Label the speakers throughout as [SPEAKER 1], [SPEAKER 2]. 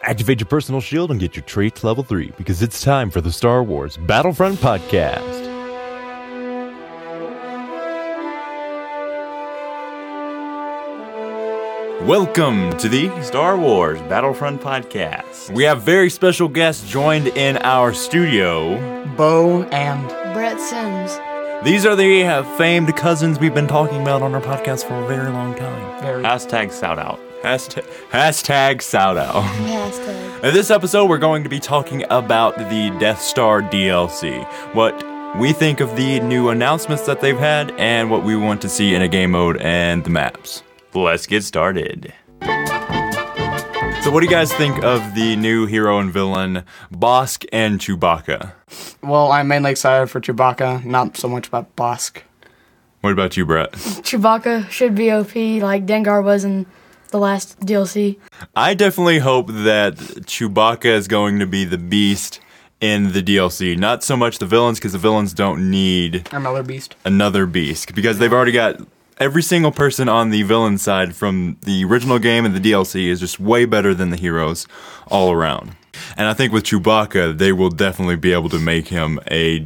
[SPEAKER 1] Activate your personal shield and get your traits level 3 because it's time for the Star Wars Battlefront Podcast.
[SPEAKER 2] Welcome to the Star Wars Battlefront Podcast. We have very special guests joined in our studio.
[SPEAKER 3] Bo and
[SPEAKER 4] Brett Sims.
[SPEAKER 2] These are the uh, famed cousins we've been talking about on our podcast for a very long time.
[SPEAKER 3] very
[SPEAKER 2] Hashtag shout out. Hashtag, hashtag shout out.
[SPEAKER 4] Hashtag.
[SPEAKER 2] In this episode, we're going to be talking about the Death Star DLC. What we think of the new announcements that they've had, and what we want to see in a game mode and the maps. Let's get started. So, what do you guys think of the new hero and villain, Bosk and Chewbacca?
[SPEAKER 3] well, I'm mainly excited for Chewbacca, not so much about Bosk.
[SPEAKER 2] What about you, Brett?
[SPEAKER 4] Chewbacca should be OP like Dengar was in the last DLC.
[SPEAKER 2] I definitely hope that Chewbacca is going to be the beast in the DLC. Not so much the villains, because the villains don't need
[SPEAKER 3] Another beast.
[SPEAKER 2] another beast because they've already got every single person on the villain side from the original game and the DLC is just way better than the heroes all around. And I think with Chewbacca, they will definitely be able to make him a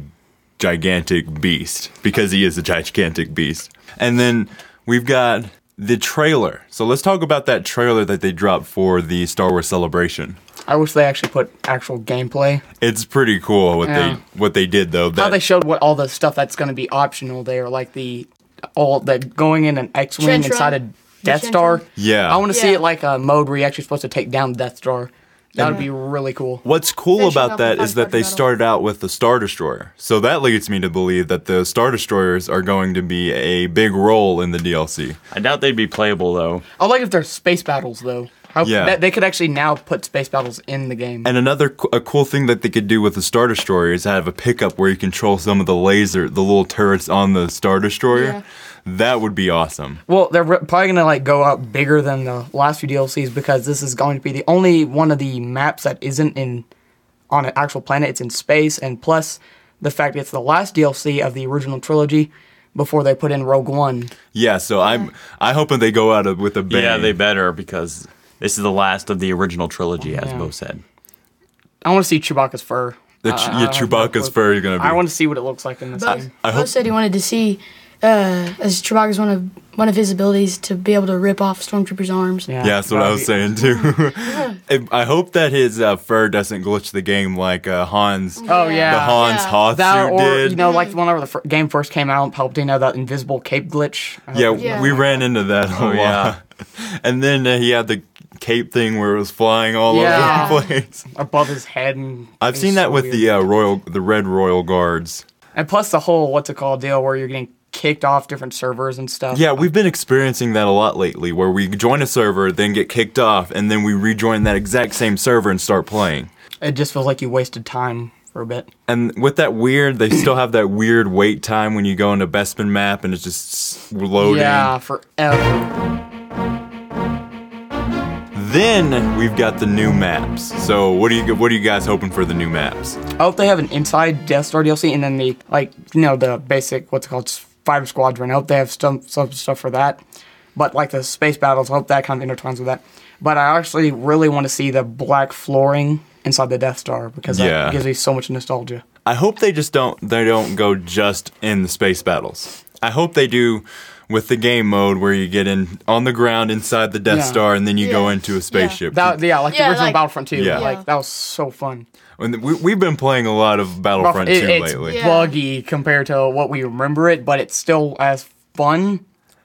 [SPEAKER 2] gigantic beast because he is a gigantic beast. And then we've got the trailer. So let's talk about that trailer that they dropped for the Star Wars Celebration.
[SPEAKER 3] I wish they actually put actual gameplay.
[SPEAKER 2] It's pretty cool what
[SPEAKER 3] Yeah.
[SPEAKER 2] they what they did though.
[SPEAKER 3] How
[SPEAKER 2] That-
[SPEAKER 3] they showed what all the stuff that's going to be optional there, like the all that going in an X-wing
[SPEAKER 4] Trench
[SPEAKER 3] inside
[SPEAKER 4] run.
[SPEAKER 3] a Death
[SPEAKER 4] trench
[SPEAKER 3] Star.
[SPEAKER 4] run.
[SPEAKER 2] yeah.
[SPEAKER 3] I want to see
[SPEAKER 4] Yeah.
[SPEAKER 3] it like a mode where you're actually supposed to take down the Death Star. That would be really cool.
[SPEAKER 2] What's cool
[SPEAKER 4] Finishing
[SPEAKER 2] about
[SPEAKER 4] off the
[SPEAKER 2] that is that
[SPEAKER 4] Firestarter
[SPEAKER 2] they
[SPEAKER 4] battle.
[SPEAKER 2] started out with the Star Destroyer. So that leads me to believe that the Star Destroyers are going to be a big role in the DLC.
[SPEAKER 5] I doubt they'd be playable though.
[SPEAKER 3] I like if there's space battles though. I hope
[SPEAKER 2] Yeah.
[SPEAKER 3] that they could actually now put space battles in the game.
[SPEAKER 2] And another co- a cool thing that they could do with the Star Destroyer is have a pickup where you control some of the laser, the little turrets on the Star Destroyer. That would be awesome.
[SPEAKER 3] Well, they're re- probably gonna like go out bigger than the last few DLCs because this is going to be the only one of the maps that isn't in on an actual planet. It's in space, and plus the fact it's the last DLC of the original trilogy before they put in Rogue One.
[SPEAKER 2] Yeah, so I'm I hope that they go out of- with a bang.
[SPEAKER 5] Yeah, they better because this is the last of the original trilogy, as Bo said.
[SPEAKER 3] I want to see Chewbacca's fur.
[SPEAKER 2] the ch-
[SPEAKER 5] Uh,
[SPEAKER 2] yeah, Chewbacca's fur is gonna be.
[SPEAKER 3] I want to see what it looks like in this
[SPEAKER 4] Bo,
[SPEAKER 3] game.
[SPEAKER 2] I
[SPEAKER 4] Bo
[SPEAKER 2] hope-
[SPEAKER 4] said he wanted to see uh, as Chewbacca's one of one of his abilities to be able to rip off stormtroopers' arms.
[SPEAKER 2] Yeah, that's what I was saying too. I- I hope that his uh, fur doesn't glitch the game like uh, Hans.
[SPEAKER 3] Oh yeah,
[SPEAKER 2] the Hans
[SPEAKER 4] Yeah.
[SPEAKER 2] Hoth
[SPEAKER 3] That
[SPEAKER 2] suit
[SPEAKER 3] or
[SPEAKER 2] did.
[SPEAKER 3] you know, like the one where the fir- game first came out, Palpatine, that invisible cape glitch. I
[SPEAKER 2] yeah,
[SPEAKER 3] hope-
[SPEAKER 4] Yeah.
[SPEAKER 2] we ran into that a lot.
[SPEAKER 5] yeah.
[SPEAKER 2] and then uh, he had the cape thing where it was flying all
[SPEAKER 3] Yeah.
[SPEAKER 2] over the place.
[SPEAKER 3] above his head. And
[SPEAKER 2] I've seen that with
[SPEAKER 3] the.
[SPEAKER 2] the uh, royal, the red royal guards.
[SPEAKER 3] And plus the whole what's it called deal where you're getting kicked off different servers and stuff.
[SPEAKER 2] Yeah, we've been experiencing that a lot lately, where we join a server, then get kicked off, and then we rejoin that exact same server and start playing.
[SPEAKER 3] It just feels like you wasted time for a bit.
[SPEAKER 2] And with that weird, they still have that weird wait time when you go into Bespin map and it's just loading.
[SPEAKER 3] Yeah, forever.
[SPEAKER 2] Then we've got the new maps. So what are you what are you guys hoping for the new maps?
[SPEAKER 3] I hope they have an inside Death Star DLC and then the like, you know, the basic what's it called s- fighter squadron. I hope they have some some stuff for that. But like the space battles, I hope that kind of intertwines with that. But I actually really want to see the black flooring inside the Death Star because
[SPEAKER 2] Yeah.
[SPEAKER 3] that gives me so much nostalgia.
[SPEAKER 2] I hope they just don't they don't go just in the space battles. I hope they do with the game mode where you get in on the ground inside the Death
[SPEAKER 3] Yeah.
[SPEAKER 2] Star and then you go
[SPEAKER 4] Yeah.
[SPEAKER 2] into a spaceship.
[SPEAKER 3] That yeah, like
[SPEAKER 4] Yeah,
[SPEAKER 3] the original
[SPEAKER 4] like-
[SPEAKER 3] Battlefront 2.
[SPEAKER 2] Yeah.
[SPEAKER 3] Like that was so fun.
[SPEAKER 2] And we, we've been playing a lot of Battlefront 2
[SPEAKER 3] It- it's
[SPEAKER 2] lately.
[SPEAKER 4] Yeah.
[SPEAKER 3] buggy compared to what we remember it, but it's still as fun.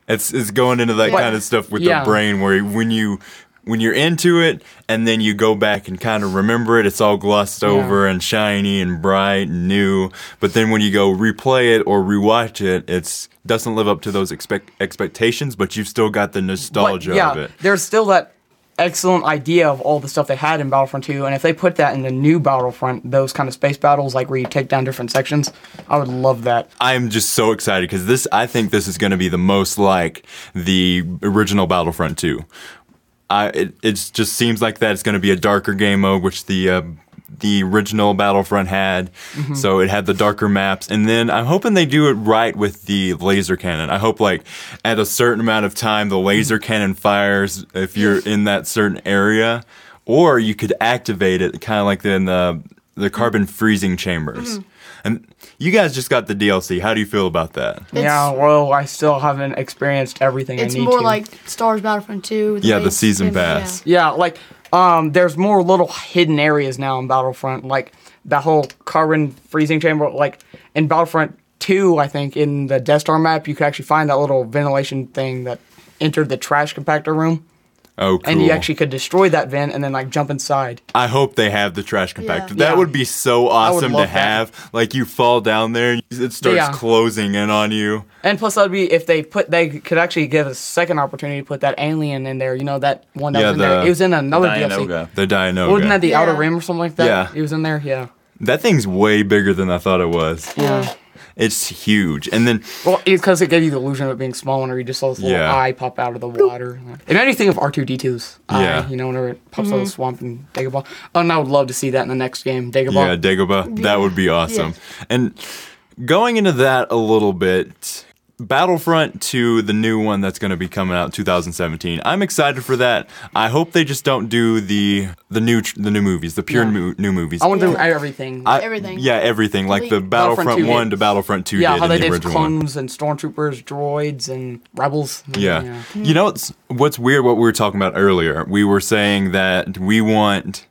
[SPEAKER 2] It's it's going into that
[SPEAKER 4] Yeah.
[SPEAKER 2] kind of stuff with
[SPEAKER 3] Yeah.
[SPEAKER 2] the brain where when you when you're into it and then you go back and kind of remember it, it's all glossed over and shiny and bright and new. But then when you go replay it or rewatch it, it's doesn't live up to those expect expectations, but you've still got the
[SPEAKER 3] But
[SPEAKER 2] nostalgia
[SPEAKER 3] yeah,
[SPEAKER 2] of it.
[SPEAKER 3] there's still that excellent idea of all the stuff they had in Battlefront 2, and if they put that in the new Battlefront, those kind of space battles, like where you take down different sections, I would love that.
[SPEAKER 2] I'm just so excited because this I think this is going to be the most like the original Battlefront 2. I it it's just seems like that it's going to be a darker game mode, which the uh, the original Battlefront had.
[SPEAKER 3] Mm-hmm.
[SPEAKER 2] So it had the darker maps, and then I'm hoping they do it right with the laser cannon. I hope like
[SPEAKER 3] Mm-hmm.
[SPEAKER 2] at a certain amount of time the laser cannon fires if you're in that certain area. or you could activate it kind of like in the the carbon
[SPEAKER 3] Mm-hmm.
[SPEAKER 2] freezing chambers. And you guys just got the DLC. How do you feel about that?
[SPEAKER 3] yeah, well, I still haven't experienced everything
[SPEAKER 4] It's
[SPEAKER 3] I need
[SPEAKER 4] more
[SPEAKER 3] to.
[SPEAKER 4] like Star Wars Battlefront 2.
[SPEAKER 2] Yeah, the
[SPEAKER 4] base
[SPEAKER 2] season
[SPEAKER 4] game, yeah.
[SPEAKER 2] pass.
[SPEAKER 3] Yeah, like um, there's more little hidden areas now in Battlefront, like that whole carbon freezing chamber. Like in Battlefront Two, I think in the Death Star map, you could actually find that little ventilation thing that entered the trash compactor room,
[SPEAKER 2] Oh, cool.
[SPEAKER 3] and you actually could destroy that vent and then like jump inside.
[SPEAKER 2] I hope they have the trash compactor.
[SPEAKER 4] Yeah.
[SPEAKER 2] That
[SPEAKER 3] Yeah.
[SPEAKER 2] would be so
[SPEAKER 3] would
[SPEAKER 2] awesome to
[SPEAKER 3] love that.
[SPEAKER 2] have. Like you fall down there and it starts
[SPEAKER 3] Yeah.
[SPEAKER 2] closing in on you.
[SPEAKER 3] And plus, that'd be if they put they could actually give a second opportunity to put that alien in there. You know that one that
[SPEAKER 2] Yeah,
[SPEAKER 3] was in
[SPEAKER 2] the-
[SPEAKER 3] there. It was in another DLC.
[SPEAKER 5] Dianoga.
[SPEAKER 2] The Dino.
[SPEAKER 3] Wasn't that the
[SPEAKER 4] Yeah.
[SPEAKER 3] Outer Rim or something like that?
[SPEAKER 2] Yeah.
[SPEAKER 3] It was in there. Yeah.
[SPEAKER 2] that thing's way bigger than I thought it was.
[SPEAKER 3] Yeah.
[SPEAKER 2] It's huge. And then
[SPEAKER 3] Well, it's because it gave you the illusion of it being small whenever you just saw this little
[SPEAKER 2] Yeah.
[SPEAKER 3] eye pop out of the water. It made me think of R2D2's eye,
[SPEAKER 2] Yeah.
[SPEAKER 3] you know, whenever it pops out of the swamp in Dagobah. Oh, and I would love to see that in the next game,
[SPEAKER 2] yeah,
[SPEAKER 3] Dagobah.
[SPEAKER 2] Dagobah, that would be awesome. And going into that a little bit, Battlefront 2, the new one that's going to be coming out in 2017. I'm excited for that. I hope they just don't do the the new tr- the new movies, the pure
[SPEAKER 3] Yeah.
[SPEAKER 2] mo- new movies.
[SPEAKER 3] I want them
[SPEAKER 4] Yeah.
[SPEAKER 3] everything.
[SPEAKER 2] I-
[SPEAKER 4] Everything.
[SPEAKER 2] Yeah, everything. Like the
[SPEAKER 4] Complete.
[SPEAKER 2] Battlefront,
[SPEAKER 3] Battlefront 2
[SPEAKER 2] 1 to
[SPEAKER 3] did.
[SPEAKER 2] Battlefront 2
[SPEAKER 3] yeah,
[SPEAKER 2] did
[SPEAKER 3] how
[SPEAKER 2] in
[SPEAKER 3] they
[SPEAKER 2] the
[SPEAKER 3] did
[SPEAKER 2] original one.
[SPEAKER 3] clones and stormtroopers, droids, and rebels.
[SPEAKER 2] Yeah. You know it's, what's weird what we were talking about earlier. We were saying that we want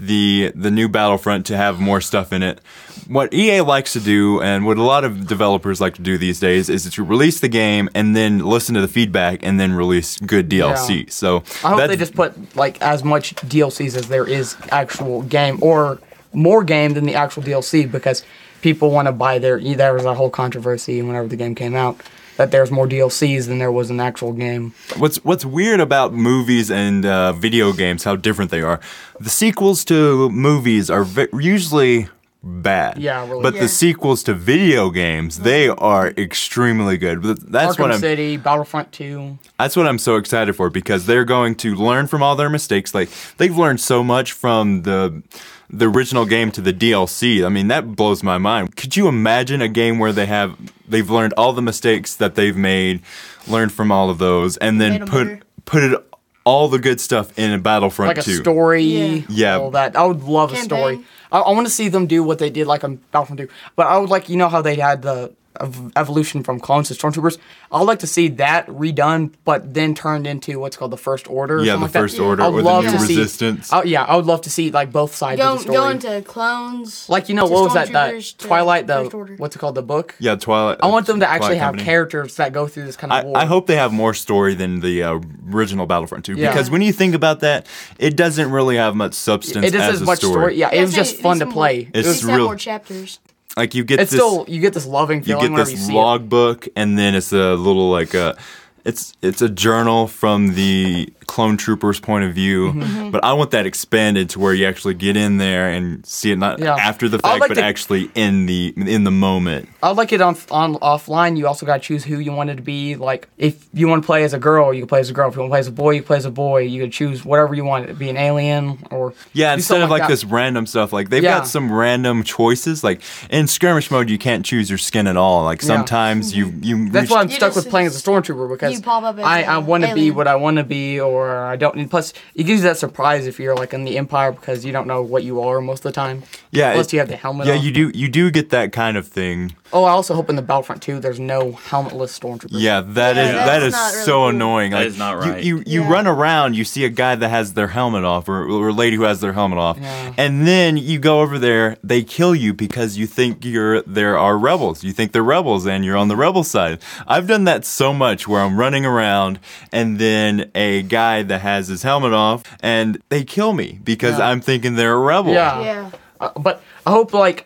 [SPEAKER 2] the the new Battlefront to have more stuff in it. What EA likes to do and what a lot of developers like to do these days is to release the game and then listen to the feedback and then release good DLC. So
[SPEAKER 3] I hope they just put, like, as much DLCs as there is actual game, or more game than the actual DLC, because people want to buy their. There was a whole controversy whenever the game came out. That there's more DLCs than there was an actual game.
[SPEAKER 2] What's what's weird about movies and uh, video games? How different they are. The sequels to movies are ve- usually bad.
[SPEAKER 3] Yeah, really
[SPEAKER 2] But
[SPEAKER 3] Yeah.
[SPEAKER 2] the sequels to video games, they are extremely good. Th- That's what
[SPEAKER 3] Arkham
[SPEAKER 2] I'm.
[SPEAKER 3] City, Battlefront 2.
[SPEAKER 2] That's what I'm so excited for because they're going to learn from all their mistakes. Like they've learned so much from the the original game to the DLC. I mean, that blows my mind. Could you imagine a game where they have they've learned all the mistakes that they've made, learned from all of those, and
[SPEAKER 4] Made
[SPEAKER 2] then
[SPEAKER 4] 'em
[SPEAKER 2] put
[SPEAKER 4] better.
[SPEAKER 2] put it all the good stuff in a Battlefront
[SPEAKER 3] Like a
[SPEAKER 2] 2.
[SPEAKER 3] story.
[SPEAKER 4] Yeah.
[SPEAKER 2] Yeah.
[SPEAKER 3] All that. I would love a story.
[SPEAKER 4] Campaign.
[SPEAKER 3] I, I want to see them do what they did like on Battlefront 2. But I would like, you know how they had the ev- evolution from clones to stormtroopers? I would like to see that redone, but then turned into what's called the First Order. or
[SPEAKER 2] Yeah,
[SPEAKER 3] something
[SPEAKER 2] the
[SPEAKER 3] like that.
[SPEAKER 2] First Order
[SPEAKER 3] I would
[SPEAKER 2] or the
[SPEAKER 3] love
[SPEAKER 2] New
[SPEAKER 3] to see-
[SPEAKER 2] Resistance.
[SPEAKER 3] I- yeah, I would love to see like both sides
[SPEAKER 4] Go,
[SPEAKER 3] of the story.
[SPEAKER 4] go into clones.
[SPEAKER 3] like, you know,
[SPEAKER 4] to
[SPEAKER 3] what was that?
[SPEAKER 4] stormtroopers
[SPEAKER 3] that
[SPEAKER 4] to
[SPEAKER 3] Twilight, the,
[SPEAKER 4] First Order.
[SPEAKER 3] what's it called, the book?
[SPEAKER 2] yeah, Twilight.
[SPEAKER 3] I want them to actually
[SPEAKER 2] Twilight
[SPEAKER 3] have
[SPEAKER 2] Company.
[SPEAKER 3] characters that go through this kind of war.
[SPEAKER 2] I, I hope they have more story than the uh, original Battlefront 2
[SPEAKER 3] Yeah.
[SPEAKER 2] because when you think about that, it doesn't really have much substance
[SPEAKER 3] it is
[SPEAKER 2] as
[SPEAKER 3] as
[SPEAKER 2] a
[SPEAKER 3] much story. Yeah, it
[SPEAKER 4] Yeah,
[SPEAKER 3] was
[SPEAKER 4] it's-
[SPEAKER 3] just
[SPEAKER 4] it's
[SPEAKER 3] fun to
[SPEAKER 4] more-
[SPEAKER 3] play.
[SPEAKER 2] It's
[SPEAKER 4] At least they have
[SPEAKER 2] real-
[SPEAKER 4] more chapters.
[SPEAKER 2] Like you get
[SPEAKER 3] it's
[SPEAKER 2] this,
[SPEAKER 3] still you get this loving
[SPEAKER 2] you
[SPEAKER 3] feeling
[SPEAKER 2] get
[SPEAKER 3] whenever
[SPEAKER 2] this
[SPEAKER 3] you see
[SPEAKER 2] logbook, and then it's a little like a, it's it's a journal from the clone trooper's point of view.
[SPEAKER 3] Mm-hmm.
[SPEAKER 2] But I want that expanded to where you actually get in there and see it not
[SPEAKER 3] Yeah.
[SPEAKER 2] after the
[SPEAKER 3] I
[SPEAKER 2] fact,
[SPEAKER 3] like
[SPEAKER 2] but
[SPEAKER 3] the-
[SPEAKER 2] actually in the in the moment.
[SPEAKER 3] it. I like it on on offline. You also got to choose who you wanted to be. Like if you want to play as a girl, you can play as a girl. If you want to play as a boy, you can play as a boy. You could choose whatever you wanted to be an alien or
[SPEAKER 2] Yeah,
[SPEAKER 3] do
[SPEAKER 2] instead
[SPEAKER 3] something
[SPEAKER 2] of like,
[SPEAKER 3] that.
[SPEAKER 2] this random stuff, like they've
[SPEAKER 3] Yeah.
[SPEAKER 2] got some random choices. Like in skirmish mode, you can't choose your skin at all. Like sometimes you you
[SPEAKER 3] Mm-hmm. That's
[SPEAKER 2] reach-
[SPEAKER 3] why I'm
[SPEAKER 4] You
[SPEAKER 3] stuck
[SPEAKER 4] just-
[SPEAKER 3] with playing as a stormtrooper because
[SPEAKER 4] you pop up as
[SPEAKER 3] I, I
[SPEAKER 4] an
[SPEAKER 3] want to be
[SPEAKER 4] alien.
[SPEAKER 3] what I want to be or I don't. And plus, it gives you that surprise if you're like in the Empire because you don't know what you are most of the time.
[SPEAKER 2] yeah.
[SPEAKER 3] Plus,
[SPEAKER 2] it-
[SPEAKER 3] you have the helmet.
[SPEAKER 2] Yeah,
[SPEAKER 3] on.
[SPEAKER 2] you do you do get that kind of thing.
[SPEAKER 3] Oh, I also hope in the Battlefront 2 there's no helmetless stormtroopers.
[SPEAKER 2] Yeah, that
[SPEAKER 4] Yeah,
[SPEAKER 2] is
[SPEAKER 4] that's
[SPEAKER 2] that is
[SPEAKER 4] not really
[SPEAKER 2] so
[SPEAKER 4] cool.
[SPEAKER 2] annoying.
[SPEAKER 5] That
[SPEAKER 2] like,
[SPEAKER 5] is not
[SPEAKER 2] you-
[SPEAKER 5] right.
[SPEAKER 2] You you,
[SPEAKER 4] Yeah.
[SPEAKER 2] run around, you see a guy that has their helmet off, or, or a lady who has their helmet off,
[SPEAKER 3] Yeah.
[SPEAKER 2] and then you go over there, they kill you because you think you're there are rebels. You think they're rebels, and you're on the rebel side. I've done that so much where I'm running around, and then a guy that has his helmet off, and they kill me because
[SPEAKER 3] Yeah.
[SPEAKER 2] I'm thinking they're a rebel.
[SPEAKER 3] Yeah.
[SPEAKER 4] Yeah.
[SPEAKER 3] Uh, but I hope like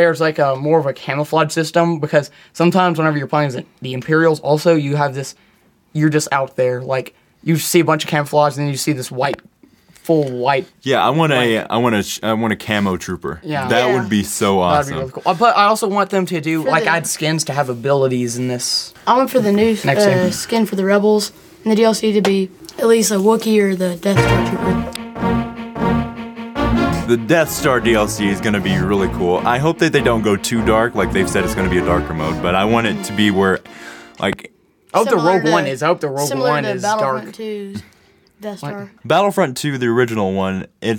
[SPEAKER 3] there's like a more of a camouflage system because sometimes whenever you're playing as the Imperials, also you have this, you're just out there like you see a bunch of camouflage and then you see this white, full white.
[SPEAKER 2] Yeah, I want a I want a sh- I want a camo trooper.
[SPEAKER 3] Yeah.
[SPEAKER 2] that
[SPEAKER 4] Yeah.
[SPEAKER 2] would be so
[SPEAKER 3] That'd
[SPEAKER 2] awesome.
[SPEAKER 3] be really cool. Uh, But I also want them to do
[SPEAKER 4] For
[SPEAKER 3] like
[SPEAKER 4] the-
[SPEAKER 3] add skins to have abilities in this.
[SPEAKER 4] I went for the new
[SPEAKER 3] Next
[SPEAKER 4] uh,
[SPEAKER 3] game.
[SPEAKER 4] skin for the rebels and the DLC to be at least a Wookiee or the Death Star Trooper.
[SPEAKER 2] The Death Star DLC is going to be really cool. I hope that they don't go too dark, like they've said it's going to be a darker mode, but I want it to be where, like,
[SPEAKER 3] I hope the
[SPEAKER 4] Similar
[SPEAKER 3] Rogue
[SPEAKER 4] to-
[SPEAKER 3] One is. I hope the Rogue
[SPEAKER 4] similar
[SPEAKER 3] One
[SPEAKER 4] to
[SPEAKER 3] is
[SPEAKER 4] Battlefront
[SPEAKER 3] dark.
[SPEAKER 4] 2's Death Star.
[SPEAKER 2] Battlefront 2, the original one, it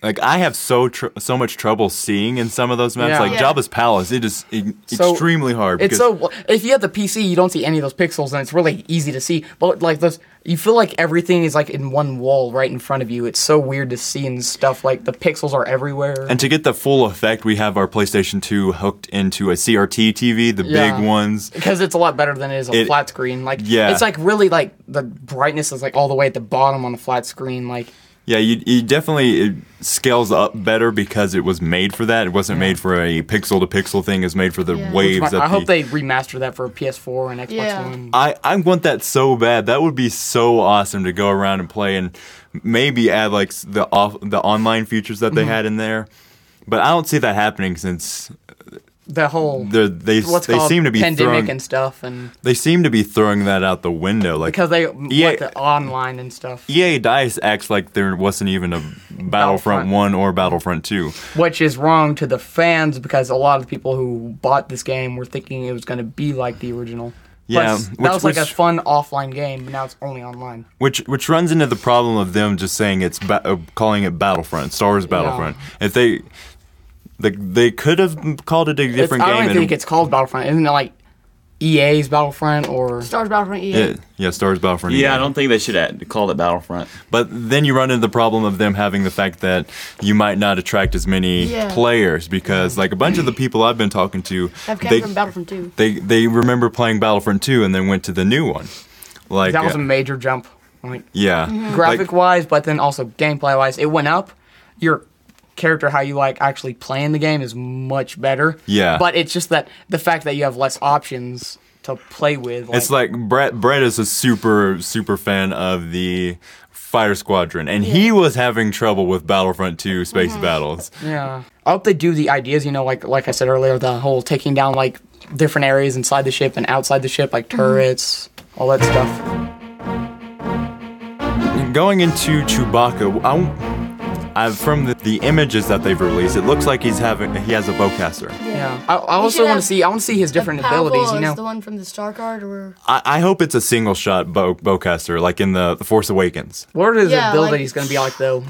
[SPEAKER 2] like I have so tr- so much trouble seeing in some of those maps.
[SPEAKER 3] Yeah.
[SPEAKER 2] Like
[SPEAKER 4] Yeah.
[SPEAKER 2] Jabba's palace, it is e-
[SPEAKER 3] So,
[SPEAKER 2] extremely hard.
[SPEAKER 3] It's so if you have the PC, you don't see any of those pixels, and it's really easy to see. But like those, you feel like everything is like in one wall right in front of you. It's so weird to see and stuff. Like the pixels are everywhere.
[SPEAKER 2] and to get the full effect, we have our PlayStation 2 hooked into a CRT TV, the
[SPEAKER 3] Yeah.
[SPEAKER 2] big ones.
[SPEAKER 3] because it's a lot better than it is on
[SPEAKER 2] It-
[SPEAKER 3] flat screen. Like
[SPEAKER 2] Yeah.
[SPEAKER 3] it's like really like the brightness is like all the way at the bottom on the flat screen. Like
[SPEAKER 2] Yeah, you, you definitely it scales up better because it was made for that. It wasn't made for a pixel to pixel thing. It was made for the
[SPEAKER 4] Yeah.
[SPEAKER 2] waves.
[SPEAKER 3] I
[SPEAKER 2] that
[SPEAKER 3] hope
[SPEAKER 2] the-
[SPEAKER 3] they remaster that for PS4 and Xbox
[SPEAKER 4] Yeah.
[SPEAKER 3] One.
[SPEAKER 2] I, I want that so bad. That would be so awesome to go around and play and maybe add like s- the off the online features that they
[SPEAKER 3] Mm-hmm.
[SPEAKER 2] had in there. But I don't see that happening since
[SPEAKER 3] The whole
[SPEAKER 2] they're, they
[SPEAKER 3] what's
[SPEAKER 2] they
[SPEAKER 3] called
[SPEAKER 2] seem to be
[SPEAKER 3] pandemic
[SPEAKER 2] throwing
[SPEAKER 3] and stuff, and
[SPEAKER 2] they seem to be throwing that out the window. Like
[SPEAKER 3] because they
[SPEAKER 2] EA
[SPEAKER 3] like the online and stuff,
[SPEAKER 2] EA Dice acts like there wasn't even a Battlefront,
[SPEAKER 3] Battlefront.
[SPEAKER 2] One or Battlefront Two.
[SPEAKER 3] which is wrong to the fans because a lot of the people who bought this game were thinking it was going to be like the original.
[SPEAKER 2] Yeah,
[SPEAKER 3] Plus, that
[SPEAKER 2] which-
[SPEAKER 3] was like a
[SPEAKER 2] which-
[SPEAKER 3] fun offline game, but now it's only online.
[SPEAKER 2] Which which runs into the problem of them just saying it's ba- uh, calling it Battlefront, Star Wars Battlefront. If they they, they could have called it a
[SPEAKER 3] It's, I
[SPEAKER 2] different
[SPEAKER 3] don't
[SPEAKER 2] game.
[SPEAKER 3] even
[SPEAKER 2] and-
[SPEAKER 3] think it's called Battlefront. Isn't it like EA's Battlefront or?
[SPEAKER 4] Star Wars Battlefront EA.
[SPEAKER 2] it, yeah, Star Wars Battlefront.
[SPEAKER 5] Yeah, I don't think they should add, call it Battlefront.
[SPEAKER 2] But then you run into the problem of them having the fact that you might not attract as many
[SPEAKER 4] Yeah.
[SPEAKER 2] players because, like, a bunch of the people I've been talking to,
[SPEAKER 4] I've come
[SPEAKER 2] they,
[SPEAKER 4] from Battlefront 2.
[SPEAKER 2] they they remember playing Battlefront 2 and then went to the new one. Like,
[SPEAKER 3] That was a
[SPEAKER 2] uh,
[SPEAKER 3] major jump. Like
[SPEAKER 2] yeah,
[SPEAKER 3] graphic
[SPEAKER 2] Like,
[SPEAKER 3] wise, but then also gameplay wise, it went up. Your character, how you like actually playing the game, is much better.
[SPEAKER 2] Yeah.
[SPEAKER 3] But it's just that the fact that you have less options to play with.
[SPEAKER 2] It's like Brett. Brett is a super super fan of the Fire Squadron, and he was having trouble with Battlefront 2 Space Battles.
[SPEAKER 3] yeah. I hope they do the ideas. You know, like like I said earlier, the whole taking down like different areas inside the ship and outside the ship,
[SPEAKER 4] Mm-hmm.
[SPEAKER 3] like turrets, all that stuff.
[SPEAKER 2] Going into Chewbacca, I, I, from the, the images that they've released, it looks like he's having he has a bowcaster.
[SPEAKER 3] Yeah. I, I
[SPEAKER 4] We
[SPEAKER 3] also
[SPEAKER 4] should
[SPEAKER 3] want
[SPEAKER 4] have
[SPEAKER 3] to see. I want to see his different
[SPEAKER 4] Powerful
[SPEAKER 3] abilities. You
[SPEAKER 4] is
[SPEAKER 3] know.
[SPEAKER 4] the one from the Star Card or
[SPEAKER 2] I, I hope it's a single shot bow, bowcaster, like in the, the Force Awakens.
[SPEAKER 3] what are his
[SPEAKER 4] Yeah, like-
[SPEAKER 3] abilities going to be like though?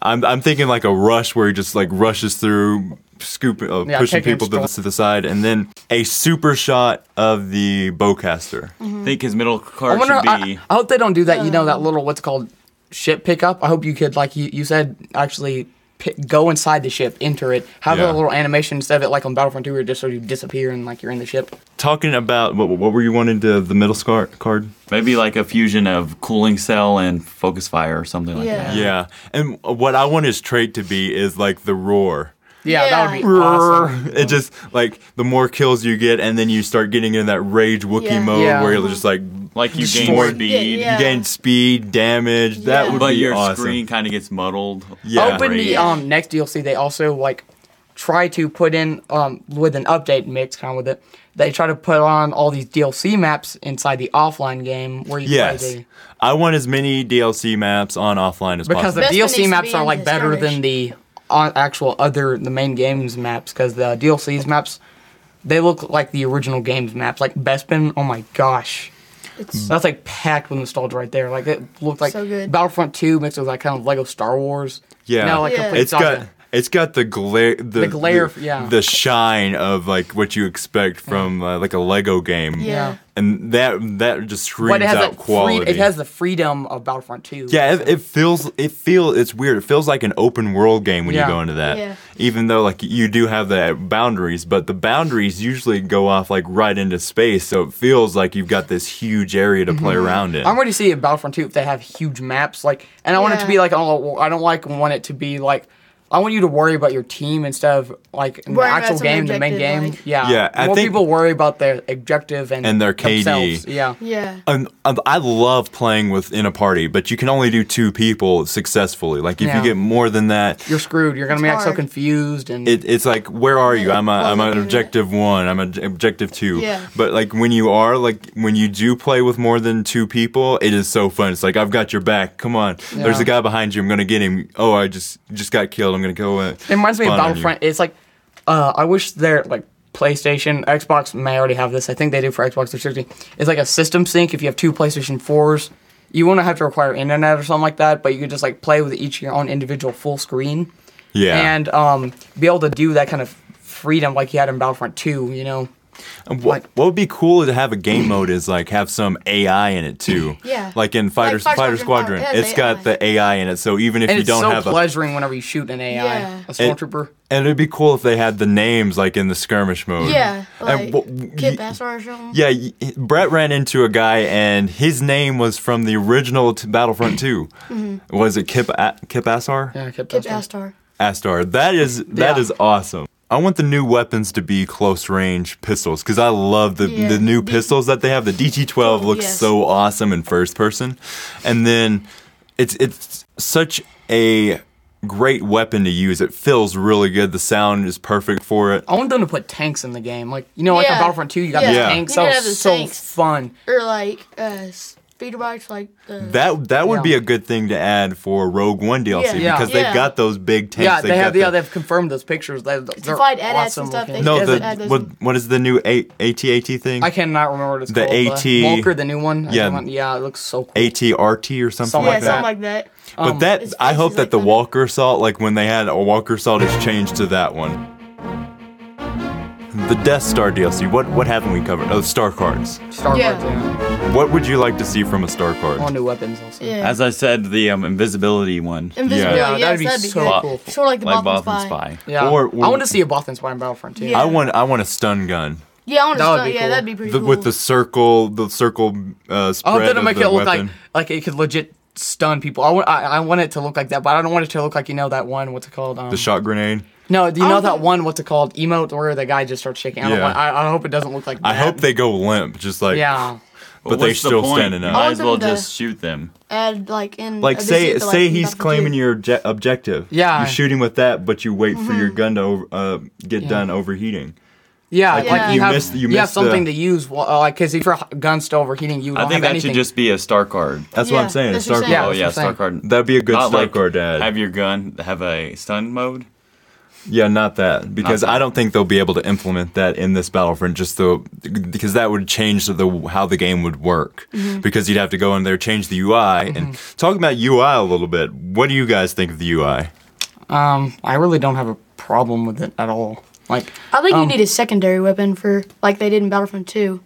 [SPEAKER 2] I'm, I'm thinking like a rush where he just like rushes through, scooping, uh,
[SPEAKER 3] Yeah,
[SPEAKER 2] pushing
[SPEAKER 3] taking
[SPEAKER 2] people to the,
[SPEAKER 3] strong-
[SPEAKER 2] to the side, and then a super shot of the bowcaster.
[SPEAKER 5] I think his middle
[SPEAKER 3] I
[SPEAKER 5] card
[SPEAKER 3] wonder.
[SPEAKER 5] should be.
[SPEAKER 3] I, I hope they don't do that. you know that little what's it called ship pickup. I hope you could like you, you said actually pi go inside the ship, enter it, have
[SPEAKER 2] Yeah.
[SPEAKER 3] a little animation instead of it like on Battlefront Two, where it just sort of disappear and like you're in the ship.
[SPEAKER 2] Talking about what, what were you wanting to the middle scar- card?
[SPEAKER 5] Maybe like a fusion of cooling cell and focus fire or something like
[SPEAKER 4] Yeah.
[SPEAKER 5] that.
[SPEAKER 2] Yeah, and what I want his trait to be is like the roar.
[SPEAKER 3] Yeah, that would be
[SPEAKER 4] Yeah.
[SPEAKER 3] awesome.
[SPEAKER 2] It just like the more kills you get, and then you start getting in that rage Wookiee
[SPEAKER 4] Yeah.
[SPEAKER 2] mode
[SPEAKER 3] Yeah.
[SPEAKER 2] where you're just like
[SPEAKER 5] Like you gain
[SPEAKER 2] Destroy-
[SPEAKER 5] speed,
[SPEAKER 4] Yeah.
[SPEAKER 2] you gain speed, damage. That
[SPEAKER 4] Yeah.
[SPEAKER 2] would
[SPEAKER 5] but
[SPEAKER 2] be
[SPEAKER 5] your
[SPEAKER 2] awesome.
[SPEAKER 5] screen kind of gets muddled.
[SPEAKER 2] Yeah.
[SPEAKER 3] Open the
[SPEAKER 5] Yeah.
[SPEAKER 3] um next DLC. They also like try to put in um with an update mix kind of with it. They try to put on all these DLC maps inside the offline game where you
[SPEAKER 2] Yes.
[SPEAKER 3] play the
[SPEAKER 2] I want as many DLC maps on offline as
[SPEAKER 3] because
[SPEAKER 2] possible.
[SPEAKER 3] the
[SPEAKER 4] Best one needs
[SPEAKER 3] DLC
[SPEAKER 4] to
[SPEAKER 3] maps
[SPEAKER 4] be
[SPEAKER 3] are
[SPEAKER 4] in
[SPEAKER 3] like
[SPEAKER 4] the
[SPEAKER 3] better
[SPEAKER 4] skirmish.
[SPEAKER 3] than the uh, actual other the main games maps because the DLCs maps they look like the original games maps like Bespin oh my gosh
[SPEAKER 4] It's-
[SPEAKER 3] that's like packed with nostalgia right there like it looked like
[SPEAKER 4] So good.
[SPEAKER 3] Battlefront Two mixed with like kind of Lego Star Wars
[SPEAKER 2] yeah.
[SPEAKER 3] now like
[SPEAKER 4] Yeah.
[SPEAKER 3] complete
[SPEAKER 2] It's
[SPEAKER 3] saga.
[SPEAKER 2] got it's got the glare the,
[SPEAKER 3] The glare, yeah.
[SPEAKER 2] the shine of like what you expect from uh, like a Lego game.
[SPEAKER 4] Yeah.
[SPEAKER 2] And that that just screams
[SPEAKER 3] but it has
[SPEAKER 2] out
[SPEAKER 3] that
[SPEAKER 2] quality.
[SPEAKER 3] free, it has the freedom of Battlefront Two
[SPEAKER 2] yeah, it, it feels it feel it's weird. It feels like an open world game when
[SPEAKER 3] Yeah.
[SPEAKER 2] you go into that.
[SPEAKER 4] Yeah.
[SPEAKER 2] Even though like you do have the boundaries, but the boundaries usually go off like right into space, so it feels like you've got this huge area to play around in.
[SPEAKER 3] Mm-hmm. I'm ready to see in Battlefront 2 if they have huge maps. Like, and I want it to
[SPEAKER 4] Yeah.
[SPEAKER 3] be like, oh, I don't like want it to be like, I want you to worry about your team instead of like in the
[SPEAKER 4] Worry about
[SPEAKER 3] actual
[SPEAKER 4] some
[SPEAKER 3] game, the main game.
[SPEAKER 4] objective, like-
[SPEAKER 3] yeah,
[SPEAKER 2] Yeah, I
[SPEAKER 3] More
[SPEAKER 2] think-
[SPEAKER 3] people worry about their objective and
[SPEAKER 2] And their KD.
[SPEAKER 3] themselves. Yeah,
[SPEAKER 4] yeah.
[SPEAKER 2] And and I love playing with in a party, but you can only do two people successfully. Like if
[SPEAKER 3] Yeah.
[SPEAKER 2] you get more than that,
[SPEAKER 3] you're screwed. You're gonna be like so
[SPEAKER 4] hard.
[SPEAKER 3] confused and
[SPEAKER 2] it, it's like where are you? I'm a, I'm
[SPEAKER 4] Well,
[SPEAKER 2] an
[SPEAKER 4] you-
[SPEAKER 2] objective one. I'm an objective two.
[SPEAKER 4] Yeah.
[SPEAKER 2] But like when you are like when you do play with more than two people, it is so fun. It's like I've got your back. Come on. There's
[SPEAKER 3] Yeah.
[SPEAKER 2] a guy behind you. I'm gonna get him. Oh, I just just got killed. I'm gonna go. Uh,
[SPEAKER 3] It reminds me of
[SPEAKER 2] spawn on you.
[SPEAKER 3] Battlefront. It's like, uh, I wish their like PlayStation, Xbox may already have this. I think they do for Xbox 360. It's like a system sync. If you have two PlayStation 4s, you wouldn't have to require internet or something like that, but you could just like play with each your own individual full screen.
[SPEAKER 2] Yeah.
[SPEAKER 3] And um, be able to do that kind of freedom like you had in Battlefront 2, you know?
[SPEAKER 2] And what, what would be cool to have a game mode is like have some AI in it too.
[SPEAKER 4] Yeah.
[SPEAKER 2] Like in Fighter
[SPEAKER 4] Like Fighter
[SPEAKER 2] Fighter
[SPEAKER 4] Squadron,
[SPEAKER 2] Squadron,
[SPEAKER 4] yeah,
[SPEAKER 2] it's
[SPEAKER 4] the
[SPEAKER 2] got
[SPEAKER 4] AI.
[SPEAKER 2] the AI in it. So even if
[SPEAKER 3] And
[SPEAKER 2] you
[SPEAKER 3] it's
[SPEAKER 2] don't
[SPEAKER 3] so
[SPEAKER 2] have a
[SPEAKER 3] pleasuring whenever you shoot an AI,
[SPEAKER 4] Yeah.
[SPEAKER 3] a stormtrooper.
[SPEAKER 2] and it'd be cool if they had the names like in the skirmish mode.
[SPEAKER 4] Yeah, like
[SPEAKER 2] And what-
[SPEAKER 4] Kit
[SPEAKER 2] y-
[SPEAKER 4] Bastard or something.
[SPEAKER 2] Yeah, y- Brett ran into a guy, and his name was from the original t- Battlefront 2.
[SPEAKER 4] Mm-hmm.
[SPEAKER 2] Was it Kip a- Kip Asar?
[SPEAKER 3] Yeah, I kept
[SPEAKER 4] Kit
[SPEAKER 3] that stuff.
[SPEAKER 4] Bastard.
[SPEAKER 2] Astar. That is that
[SPEAKER 3] Yeah.
[SPEAKER 2] is awesome. I want the new weapons to be close range pistols because I love the,
[SPEAKER 4] Yeah,
[SPEAKER 2] the new
[SPEAKER 4] the- Oh,
[SPEAKER 2] pistols that they have. The DT12 looks
[SPEAKER 4] Yes.
[SPEAKER 2] so awesome in first person, and then it's it's such a great weapon to use. It feels really good. The sound is perfect for it.
[SPEAKER 3] I want them to put tanks in the game. Like, you know, like
[SPEAKER 4] Yeah.
[SPEAKER 3] on Battlefront 2, you got
[SPEAKER 4] Yeah.
[SPEAKER 3] the
[SPEAKER 2] Yeah.
[SPEAKER 3] tanks.
[SPEAKER 4] You
[SPEAKER 3] That
[SPEAKER 4] gotta
[SPEAKER 3] was
[SPEAKER 4] have the
[SPEAKER 3] so
[SPEAKER 4] tanks.
[SPEAKER 3] fun.
[SPEAKER 4] Or like uh, speeder bikes, like uh,
[SPEAKER 2] That that would
[SPEAKER 3] Yeah.
[SPEAKER 2] be a good thing to add for Rogue One DLC
[SPEAKER 4] Yeah. Yeah.
[SPEAKER 2] because
[SPEAKER 4] Yeah.
[SPEAKER 2] they've got those big tanks.
[SPEAKER 3] Yeah, they have.
[SPEAKER 2] got
[SPEAKER 3] Yeah,
[SPEAKER 2] the-
[SPEAKER 3] they've confirmed those pictures. They, they're
[SPEAKER 4] fight AT-ATs and
[SPEAKER 3] awesome
[SPEAKER 4] stuff,
[SPEAKER 3] looking.
[SPEAKER 4] they-
[SPEAKER 2] no,
[SPEAKER 4] Yeah,
[SPEAKER 2] the
[SPEAKER 4] add those
[SPEAKER 2] what,
[SPEAKER 4] in.
[SPEAKER 2] what is the new A- ATAT thing?
[SPEAKER 3] I cannot remember what it's
[SPEAKER 2] The
[SPEAKER 3] called.
[SPEAKER 2] AT
[SPEAKER 3] Walker, the new one. I
[SPEAKER 2] Yeah.
[SPEAKER 3] don't- yeah, it looks so cool.
[SPEAKER 2] ATRT or something
[SPEAKER 3] Something
[SPEAKER 4] yeah,
[SPEAKER 2] like that.
[SPEAKER 4] something like that.
[SPEAKER 3] Um,
[SPEAKER 2] But that
[SPEAKER 4] Um, it's
[SPEAKER 2] I
[SPEAKER 4] basically
[SPEAKER 2] hope that
[SPEAKER 4] like
[SPEAKER 2] the
[SPEAKER 4] that.
[SPEAKER 2] Walker salt, like when they had a Walker salt, is changed to that one. The Death Star DLC. What what haven't we covered? Oh, Star cards.
[SPEAKER 3] Star
[SPEAKER 4] Yeah.
[SPEAKER 3] Wars, yeah.
[SPEAKER 2] What would you like to see from a Star
[SPEAKER 3] All
[SPEAKER 2] card?
[SPEAKER 3] new weapons also.
[SPEAKER 4] Yeah.
[SPEAKER 5] As I said, the um, invisibility one.
[SPEAKER 4] Invisibility.
[SPEAKER 3] Yeah,
[SPEAKER 4] yes,
[SPEAKER 3] that'd be so
[SPEAKER 4] good.
[SPEAKER 3] cool.
[SPEAKER 4] Sort of like the
[SPEAKER 5] like
[SPEAKER 4] Botham's
[SPEAKER 5] Boffin
[SPEAKER 4] Spy.
[SPEAKER 5] Spy.
[SPEAKER 3] Yeah.
[SPEAKER 2] Or-
[SPEAKER 3] I want to see a Bothan spy in Battlefront too.
[SPEAKER 4] Yeah.
[SPEAKER 2] I want I want a stun gun
[SPEAKER 4] Yeah, I want to
[SPEAKER 3] That would
[SPEAKER 4] start.
[SPEAKER 3] be
[SPEAKER 4] Yeah,
[SPEAKER 3] cool.
[SPEAKER 4] that'd be pretty
[SPEAKER 2] the,
[SPEAKER 4] cool.
[SPEAKER 2] with the circle, the circle uh,
[SPEAKER 3] I
[SPEAKER 2] spread.
[SPEAKER 3] hope that Oh, it
[SPEAKER 2] of
[SPEAKER 3] make
[SPEAKER 2] the
[SPEAKER 3] it look
[SPEAKER 2] weapon.
[SPEAKER 3] like like it could legit stun people. I want I, I want it to look like that, but I don't want it to look like you know that one. What's it called? Um,
[SPEAKER 2] the shot grenade.
[SPEAKER 3] no, do you
[SPEAKER 4] I
[SPEAKER 3] know
[SPEAKER 4] don't
[SPEAKER 3] that
[SPEAKER 4] think-
[SPEAKER 3] one? What's it called? Emote where the guy just starts shaking. I, don't
[SPEAKER 2] Yeah.
[SPEAKER 3] want, I, I hope it doesn't look like. That.
[SPEAKER 2] I hope they go limp, just like
[SPEAKER 3] Yeah.
[SPEAKER 2] But
[SPEAKER 5] Well,
[SPEAKER 2] they're
[SPEAKER 5] what's the
[SPEAKER 2] still
[SPEAKER 5] point?
[SPEAKER 2] standing
[SPEAKER 5] You
[SPEAKER 2] up.
[SPEAKER 4] I
[SPEAKER 5] might
[SPEAKER 4] want
[SPEAKER 5] as well
[SPEAKER 4] them to-
[SPEAKER 5] just shoot them.
[SPEAKER 4] add like in
[SPEAKER 2] Like
[SPEAKER 4] a
[SPEAKER 2] say
[SPEAKER 4] visit to, like,
[SPEAKER 2] say
[SPEAKER 4] in
[SPEAKER 2] he's
[SPEAKER 4] Battlefield
[SPEAKER 2] claiming
[SPEAKER 4] 2.
[SPEAKER 2] your obje- objective.
[SPEAKER 3] Yeah.
[SPEAKER 2] You shoot him with that, but you wait for your gun to over, uh, get done overheating.
[SPEAKER 3] Yeah,
[SPEAKER 2] Like,
[SPEAKER 3] like,
[SPEAKER 4] you-
[SPEAKER 3] you,
[SPEAKER 4] you
[SPEAKER 3] have
[SPEAKER 2] missed- you
[SPEAKER 3] you, have
[SPEAKER 2] missed the-
[SPEAKER 3] something to use, well, uh, like because if your gun still overheating, you don't
[SPEAKER 5] I think
[SPEAKER 3] have
[SPEAKER 5] that
[SPEAKER 3] anything.
[SPEAKER 5] should just be a star card.
[SPEAKER 2] That's what
[SPEAKER 4] Yeah,
[SPEAKER 2] I'm saying.
[SPEAKER 4] that's
[SPEAKER 2] Star
[SPEAKER 4] what you're
[SPEAKER 3] Yeah,
[SPEAKER 5] oh
[SPEAKER 3] that's
[SPEAKER 5] yeah,
[SPEAKER 3] what I'm
[SPEAKER 5] star
[SPEAKER 3] saying.
[SPEAKER 5] card.
[SPEAKER 2] That'd be a good
[SPEAKER 5] Not
[SPEAKER 2] star
[SPEAKER 5] like
[SPEAKER 2] card to add.
[SPEAKER 5] Have your gun have a stun mode.
[SPEAKER 2] yeah, not that because
[SPEAKER 5] Not that.
[SPEAKER 2] I don't think they'll be able to implement that in this Battlefront. Just the because that would change the how the game would work because you'd have to go in there change the UI and talking about UI a little bit. What do you guys think of the UI?
[SPEAKER 3] um, I really don't have a problem with it at all. Like,
[SPEAKER 4] I think
[SPEAKER 2] um,
[SPEAKER 4] you need a secondary weapon for like they did in Battlefront 2,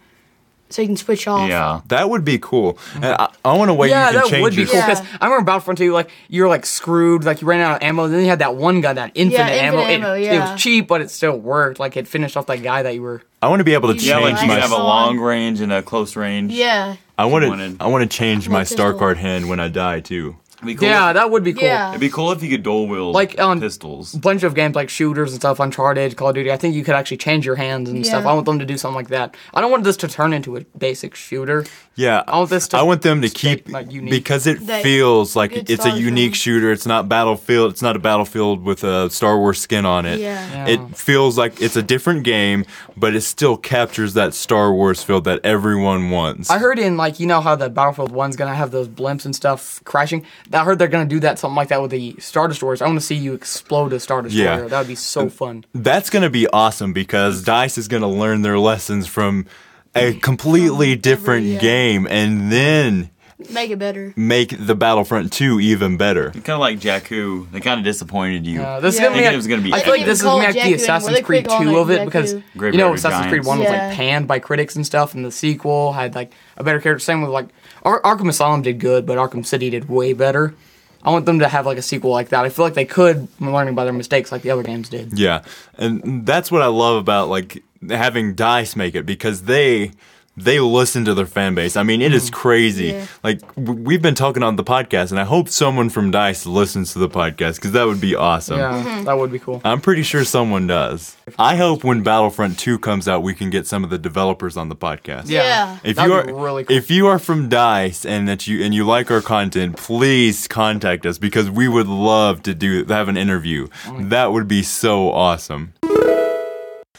[SPEAKER 4] so you can switch off.
[SPEAKER 5] Yeah.
[SPEAKER 2] That would be cool. And I, I want a way
[SPEAKER 3] yeah,
[SPEAKER 2] you can
[SPEAKER 3] that
[SPEAKER 2] change
[SPEAKER 3] would be
[SPEAKER 2] your
[SPEAKER 3] cool. Because
[SPEAKER 4] Yeah.
[SPEAKER 3] I remember Battlefront 2, like you were like screwed, like you ran out of ammo. Then you had that one gun, that infinite, ammo.
[SPEAKER 4] infinite ammo,
[SPEAKER 3] it, it
[SPEAKER 4] yeah.
[SPEAKER 3] was cheap, but it still worked. Like it finished off that guy that you were.
[SPEAKER 2] I want to be able to
[SPEAKER 4] Yeah,
[SPEAKER 5] Yeah,
[SPEAKER 2] change
[SPEAKER 5] like you
[SPEAKER 2] my.
[SPEAKER 5] can have a
[SPEAKER 4] Nice.
[SPEAKER 5] long range and a close range.
[SPEAKER 4] Yeah.
[SPEAKER 2] I want to.
[SPEAKER 5] wanted-
[SPEAKER 2] I want to change my
[SPEAKER 4] Like
[SPEAKER 2] star
[SPEAKER 4] pistol.
[SPEAKER 2] card hand when I die too.
[SPEAKER 5] It'd be cool
[SPEAKER 3] Yeah,
[SPEAKER 5] if-
[SPEAKER 3] that would be cool.
[SPEAKER 4] Yeah.
[SPEAKER 5] it'd be cool if you could dual wield
[SPEAKER 3] Like,
[SPEAKER 5] like
[SPEAKER 3] um,
[SPEAKER 5] pistols.
[SPEAKER 3] bunch of games like shooters and stuff, Uncharted, Call of Duty. I think you could actually change your hands and stuff.
[SPEAKER 4] Yeah.
[SPEAKER 3] I want them to do something like that. I don't want this to turn into a basic shooter.
[SPEAKER 2] Yeah,
[SPEAKER 3] I want this to
[SPEAKER 2] I want them to
[SPEAKER 3] stay,
[SPEAKER 2] keep
[SPEAKER 3] like, unique.
[SPEAKER 2] because it
[SPEAKER 4] That
[SPEAKER 2] feels like
[SPEAKER 4] good
[SPEAKER 2] it's a
[SPEAKER 4] Star
[SPEAKER 2] unique
[SPEAKER 4] Wars.
[SPEAKER 2] shooter. It's not battlefield. It's not a battlefield with a Star Wars skin on it.
[SPEAKER 4] Yeah. Yeah.
[SPEAKER 2] It feels like it's a different game, but it still captures that Star Wars feel that everyone wants.
[SPEAKER 3] I heard in like you know how the Battlefield One's gonna have those blimps and stuff crashing. I heard they're gonna do that something like that with the Star Destroyers. I want to see you explode a Star Destroyer.
[SPEAKER 2] Yeah.
[SPEAKER 3] That would be so fun.
[SPEAKER 2] That's going to be awesome because Dice is going to learn their lessons from a completely different
[SPEAKER 4] yeah.
[SPEAKER 2] game and then
[SPEAKER 4] Make it better.
[SPEAKER 2] make the Battlefront 2 even better.
[SPEAKER 5] Kind of like Jakku. They kind of disappointed you.
[SPEAKER 3] Uh, this
[SPEAKER 4] Yeah.
[SPEAKER 3] is gonna be.
[SPEAKER 5] Thinking
[SPEAKER 3] like-
[SPEAKER 5] it was gonna be
[SPEAKER 3] I
[SPEAKER 5] epic.
[SPEAKER 3] feel like this is
[SPEAKER 4] Call
[SPEAKER 3] gonna be
[SPEAKER 4] it
[SPEAKER 3] like the
[SPEAKER 4] Jakku anymore.
[SPEAKER 3] Assassin's
[SPEAKER 4] They quit
[SPEAKER 3] Creed
[SPEAKER 4] calling
[SPEAKER 3] Two
[SPEAKER 4] it
[SPEAKER 3] of it because
[SPEAKER 4] Jakku.
[SPEAKER 5] Great
[SPEAKER 3] you know
[SPEAKER 5] Barrier
[SPEAKER 3] Assassin's Creed
[SPEAKER 5] Giants.
[SPEAKER 3] One was
[SPEAKER 4] Yeah.
[SPEAKER 3] like panned by critics and stuff, and the sequel had like a better character. Same with like Ar- Arkham Asylum did good, but Arkham City did way better. I want them to have like a sequel like that. I feel like they could learning by their mistakes like the other games did.
[SPEAKER 4] Mm-hmm.
[SPEAKER 2] Yeah, and that's what I love about like having Dice make it because they they listen to their fan base. I mean, it
[SPEAKER 3] Mm.
[SPEAKER 2] is crazy.
[SPEAKER 4] Yeah.
[SPEAKER 2] Like w- we've been talking on the podcast, and I hope someone from Dice listens to the podcast because that would be awesome.
[SPEAKER 3] Yeah, that would be cool.
[SPEAKER 2] I'm pretty sure someone does. I hope when Battlefront 2 comes out, we can get some of the developers on the podcast.
[SPEAKER 3] Yeah.
[SPEAKER 4] Yeah.
[SPEAKER 2] If
[SPEAKER 3] That'd
[SPEAKER 2] you are
[SPEAKER 3] be really cool.
[SPEAKER 2] if you are from Dice and that you and you like our content, please contact us because we would love to do have an interview.
[SPEAKER 3] Oh
[SPEAKER 2] That would be so awesome.